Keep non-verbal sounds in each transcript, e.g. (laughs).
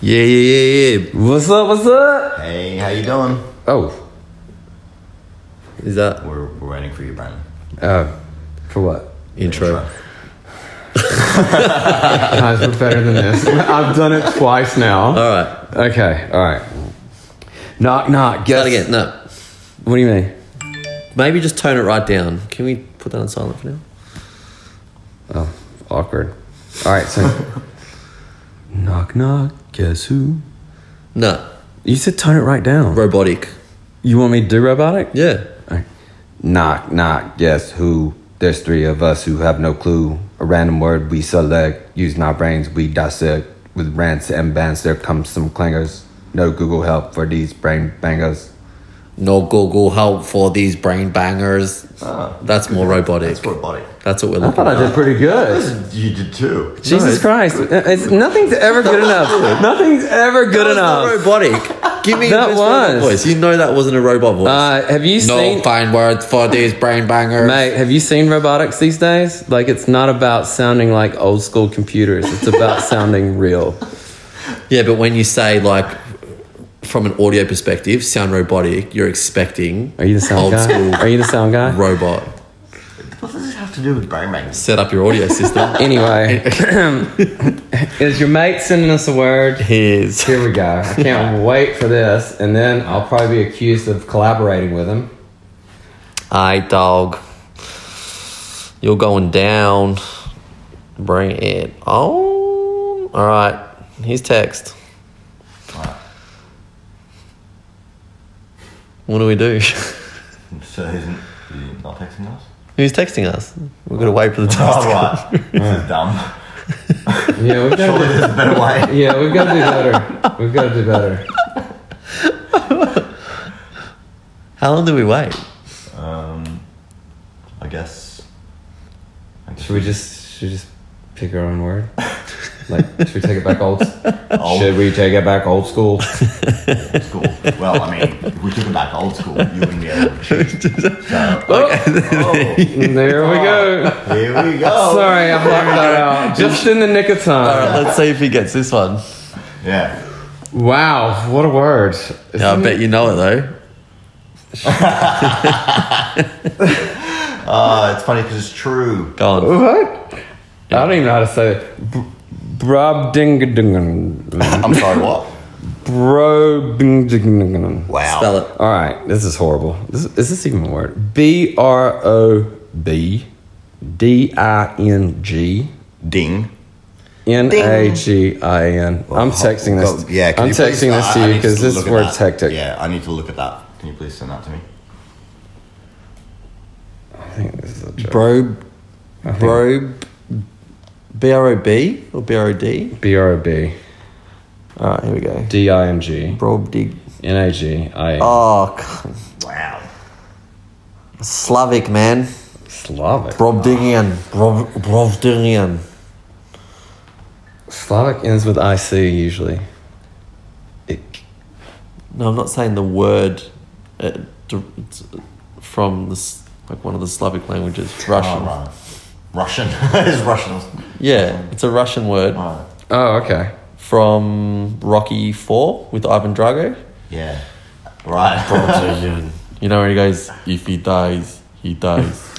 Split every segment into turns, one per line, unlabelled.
Yeah, yeah, yeah, yeah. What's up? What's up?
Hey, how you doing?
Oh, is that
We're, we're waiting for you, Brandon.
Oh,
for what intro?
(laughs) guys, we're better than this. I've done it twice now.
All right,
Okay, all right. Knock, knock.
get
Guess.
that again. No,
What do you mean?
maybe just tone it right down. Can we put that on silent for now?
Oh, awkward. All right, (laughs) so knock, knock. Guess who?
No,
You said tone it right down.
robotic.
You want me to do robotic?
Yeah,
Alright. Knock, knock, guess who? There's three of us who have no clue. A random word we select, using our brains we dissect. With rants and bans, there comes some clangers. No Google help for these brain bangers.
no Google help for these brain bangers.
Ah.
that's more robotic.
It's robotic.
That's what we're
(laughs)
looking.
I did pretty good.
You did too.
Jesus Christ, Uh, it's, nothing's ever good (laughs) enough. Nothing's ever good
That was not
enough.
robotic. Give me your
That
best robot
was.
voice. You know that wasn't a robot voice.
Uh, have you seen,
fine words for these brain bangers.
mate? Have you seen robotics these days? Like, it's not about sounding like old school computers. It's
(laughs)
about sounding real.
Yeah, but when you say like from an audio perspective, sound robotic, you're expecting
Are you the sound
old
guy?
school
Are you the sound guy?
robot.
What does this have to do with brain bangs?
Set up your audio system. (laughs)
Anyway, (clears throat) is your mate sending us a word?
His.
Here we go.
(laughs)
I can't wait for this, and then I'll probably be accused of collaborating with him.
Aye, dog. You're going down. Bring it on. All right. Here's text. What do we do? (laughs)
So he's, he's not texting us?
Who's texting us? We've got to wait for the text.
All right. this is dumb.
Yeah, we've got
Surely
to.
there's a better way.
Do, yeah, we've got to do better. We've got to do better.
How long do we wait?
Um, I guess. I guess
Should we just should we just pick our own word? Like, should we take it back old?
Old.
Should we take it back old school?
old school? Well, I mean, if we took it back old school, you wouldn't be able to cheat. So, oh,
Mm, There we go.
here we go.
(laughs) Sorry, I blocked that out just in the nick of
All
time.
right, let's see if he gets this one.
Yeah.
Wow, what a word!
Yeah, I bet you know it though.
Uh, it's funny because it's true.
Go on.
What? I don't even know how to say it. Br- Brobdingadingan.
I'm sorry, what?
Brobdingadingan.
Wow.
Spell it.
All right, this is horrible. This, is this even a word? B R O B D I N G
Ding.
N A G I N. I'm texting this.
Go- Oh, yeah, can
I'm
you please-
texting this
I-
to
I
you
need
because this
look at
word's
that.
hectic.
Yeah, I need to look at that. Can you please send that to me?
I think this is a joke.
Bro, bro, B R O B or B R O D.
B R O B
All right, here we go.
D I N G
Bro dig.
N A G I N.
Oh, c-
Wow.
Slavic man.
Slavic.
Brobdingian. Brob, Brobdingian.
Slavic ends with I C usually. Ik.
No, I'm not saying the word uh, d- it's from this like one of the Slavic languages. Russian.
Oh, right. Russian. (laughs) it's Russian.
Yeah, it's a Russian word
Right.
Oh, okay.
from Rocky Four with Ivan Drago.
Yeah. Right. (laughs)
You know when he goes, if he dies, he
(laughs)
dies.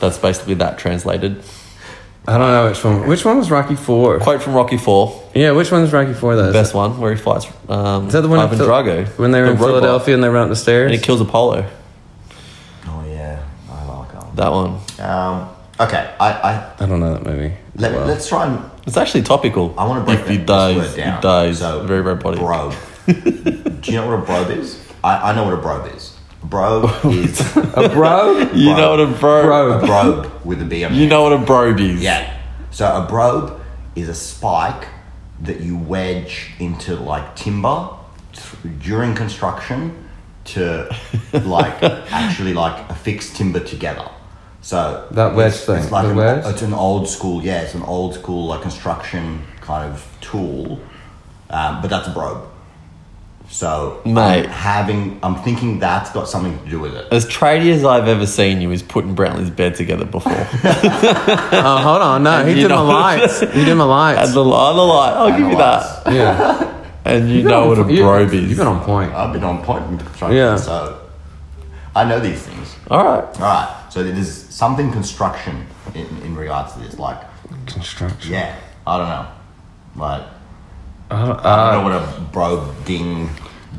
That's basically that translated.
I don't know which one. Which one was Rocky Four?
Quote from Rocky Four,
Yeah, which one's Rocky Four though?
best one where he fights um,
Is that the one in
Ivan
Phil-
Drago
when they were
the
in
robot,
Philadelphia and they ran up the
and he
stairs.
kills Apollo.
oh, yeah. I like that one.
That one.
Um, okay. I, I,
I don't know that movie.
let,
Well,
Let's try and.
It's actually topical.
I want to break
If he
that-
dies,
this word down.
he dies.
So,
Very robotic.
Bro. Do you know what a bro is? I, I know what a bro is. Bro is a
a bro.
You know what a bro?
Bro.
bro with
(laughs)
a B on the
You know what a brobe is?
Yeah. So a brobe is a spike that you wedge into like timber th- during construction
(laughs)
to like actually like affix timber together. So
That wedge
it's- It's
thing,
like
the
an,
wedge?
it's an old school, yeah, it's an old school like construction kind of tool, um, but that's a brobe. So,
Mate.
I'm having I'm thinking that's got something to do with it.
As tradie as I've ever seen you is putting Brownlee's bed together (laughs) before.
Oh, hold on. No, he
you
did my
know-
lights. He did my
and
lights.
the light, the light, I'll give you
Analyze.
that.
Yeah.
And you, know what a
You-
brobe is.
You've been on point.
I've been on point with construction,
Yeah.
so I know these things.
All right.
All right, so there's something construction in, in regards to this. Like,
Construction.
yeah, I don't know. Like,
Uh,
I don't know what a bro ding,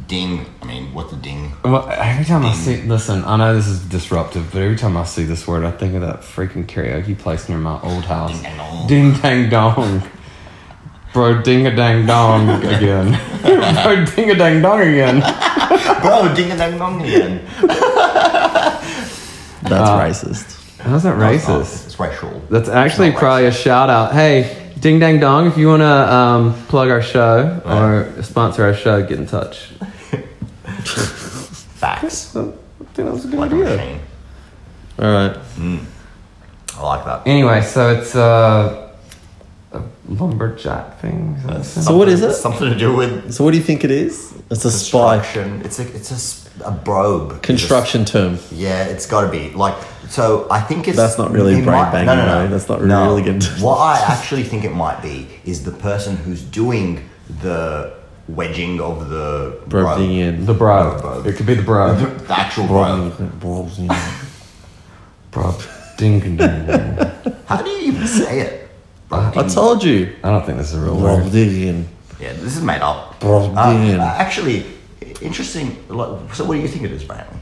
ding. I mean, what's a ding? (laughs)
Well, every time I see, listen, I know this is disruptive, but every time I see this word, I think of that freaking karaoke place near my old house.
Ding dang dong.
Ding dang dong. Bro, ding a dang dong (laughs) again. Bro, ding a dang dong again.
Bro, ding a dang dong again.
That's racist.
How's that
Oh,
racist?
it's racial.
That's actually
It's not
probably a shout out. Hey, ding dang dong, if you want to um, plug our show or sponsor our show, get in touch.
Facts.
So, I think that was a good
Like a
idea.
machine.
All right.
I like that.
Anyway, so it's uh, a lumberjack thing. Is that what it
So what is it?
Something to do with
So what do you think it is? It's a spy
construction. It's a it's a, s- a brobe.
construction term.
Yeah, it's got to be like. So I think it's
That's not really
it
brain banging, though. That's not really good. (laughs)
what I actually think it might be is the person who's doing the wedging of the rope.
Brobing in.
The bro.
Bro, bro.
It could be the bro.
the, the actual rope.
Brobing in.
bro. Ding ding ding. ding.
How do you even say it? Brobing.
I told you.
I don't think this is a real word.
Brobing in.
yeah, this is made up.
Brobing
Um,
in.
actually, interesting. Like, so what do you think it
(laughs)
is, Brantley?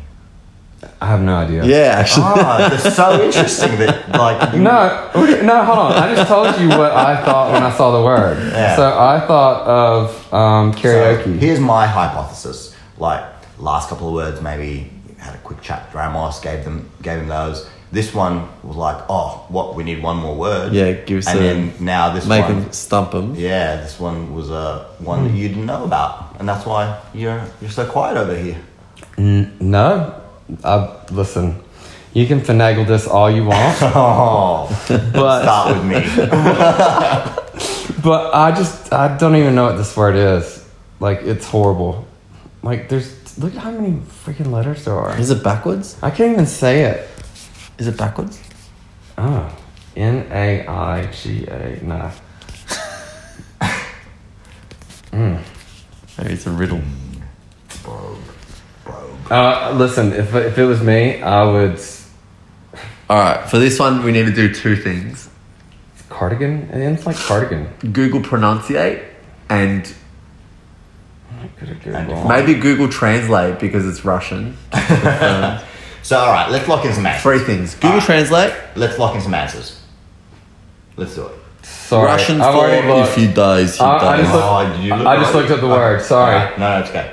I have no idea.
Yeah, actually.
Ah, that's so interesting that like you,
No, what do you- no, hold on. I just told you what I thought when I saw the word.
Yeah.
So I thought of um,
So
karaoke.
here's my hypothesis. Like last couple of words, maybe had a quick chat. with Ramos gave them gave him those. This one was like, oh, what? We need one more word.
Yeah, give us
And
a-
then now this
Make
one.
him stump him.
Yeah, this one was uh, one that you didn't know about, and that's why you're you're so quiet over here.
N- no, I, listen, you can finagle this all you want,
(laughs)
Oh,
but
start with me.
but I just I don't even know what this word is. Like it's horrible. Like there's look at how many freaking letters there are.
Is it backwards?
I can't even say it.
Is it backwards?
Oh, N A I G A. Nah.
Maybe it's a riddle.
Uh, listen, if, if it was me, I would
All right. For this one, we need to do two things:
cardigan. It ends like cardigan.
Google pronunciate and
Could have good
And
one.
maybe Google translate because it's Russian.
So all right, let's lock in some answers.
Three things: Google
Ah.
translate,
Let's lock in some answers. Let's do it.
Sorry, uh,
Russian
I've
for
already looked.
if you dies, you
I- I
dies.
just looked-
Oh, did you look
I just looked at the word. Sorry.
Alright, No, no, it's okay.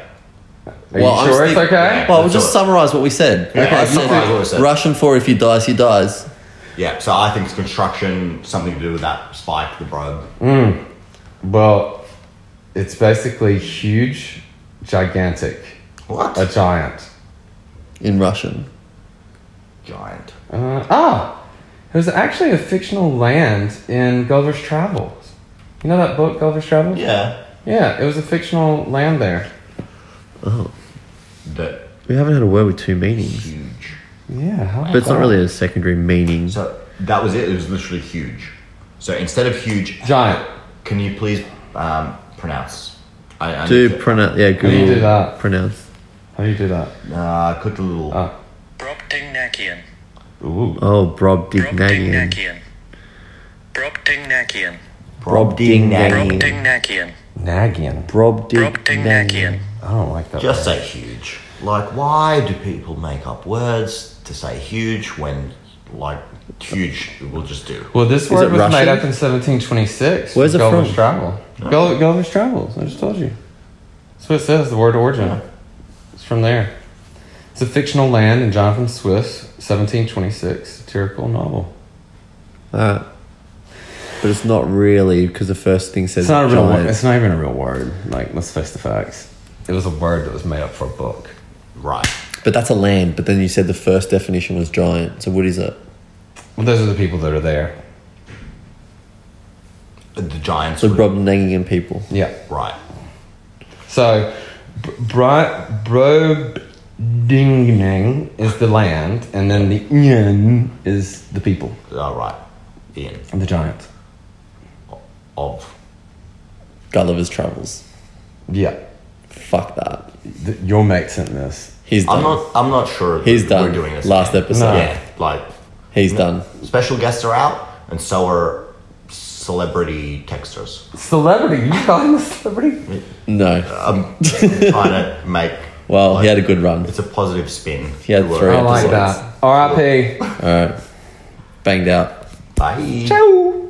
Are
Well, I'm
you sure it's
just
okay?
thinking- well, we'll
Let's
just
do it.
summarize what we said.
Yeah,
okay,
let's
so
summarise what we said.
Russian for if you dies, he dies.
Yeah, so I think it's construction, something to do with that spike, the brobe.
Well, it's basically huge, gigantic,
What?
a giant.
In Russian,
giant.
Uh, ah, it was actually a fictional land in Gulliver's Travels. You know that book, Gulliver's Travels?
Yeah.
Yeah, it was a fictional land there.
That
we haven't had a word with two meanings,
huge.
Yeah, how
but it's not really a secondary meaning.
So that was it. It was literally huge. So instead of huge,
giant.
can you please um, pronounce? I, I
Do
need to-
pronounce? Yeah, Google
you do that?
pronounce.
How do you do that?
uh, click the little.
Oh.
Brobdingnagian.
Ooh,
Oh, Brobdingnagian.
Brobdingnagian. Brobdingnagian.
Brobdingnagian.
Brobdingnagian.
nagging.
Brobdingnagian.
Brobdingnagian.
I don't like that.
Just
word.
say huge. Like, why do people make up words to say huge when, like, huge will just do?
Well, this word
it
was made
Russian?
up in 1726.
Where's it
Gulliver's
from?
Travel. Gull- Gulliver's Travels. I just told you. That's what it says. The word origin. It's from there. It's a fictional land in Jonathan Swift's 1726 satirical novel.
Alright. But it's not really because the first thing says
It's not a real.
giant.
Word. It's not even a real word. Like, let's face the facts. It was a word that was made up for a book.
Right.
But that's a land. But then you said the first definition was giant. So what is it?
Well, those are the people that are there.
The giants.
So
would-
Brobdingnagian people.
Yeah.
Right.
So Brodingnang is the land, and then the Ian is the people,
All right. Ian
the giants.
of
Gulliver's Travels.
Yeah.
Fuck that.
Th- your mate sent this.
He's done.
I'm not. I'm not sure.
He's
that
done.
We're doing this
Last
again.
episode.
No.
Yeah, like
He's done.
special guests are out, and so are celebrity texters.
Celebrity? You call him a celebrity?
No. (laughs)
I'm trying to Um, make.
Well, he had a good run.
It's a positive spin.
He had
Good work.
three.
I like
Episodes.
that. R.I.P.
All right. Banged out.
Bye.
Ciao.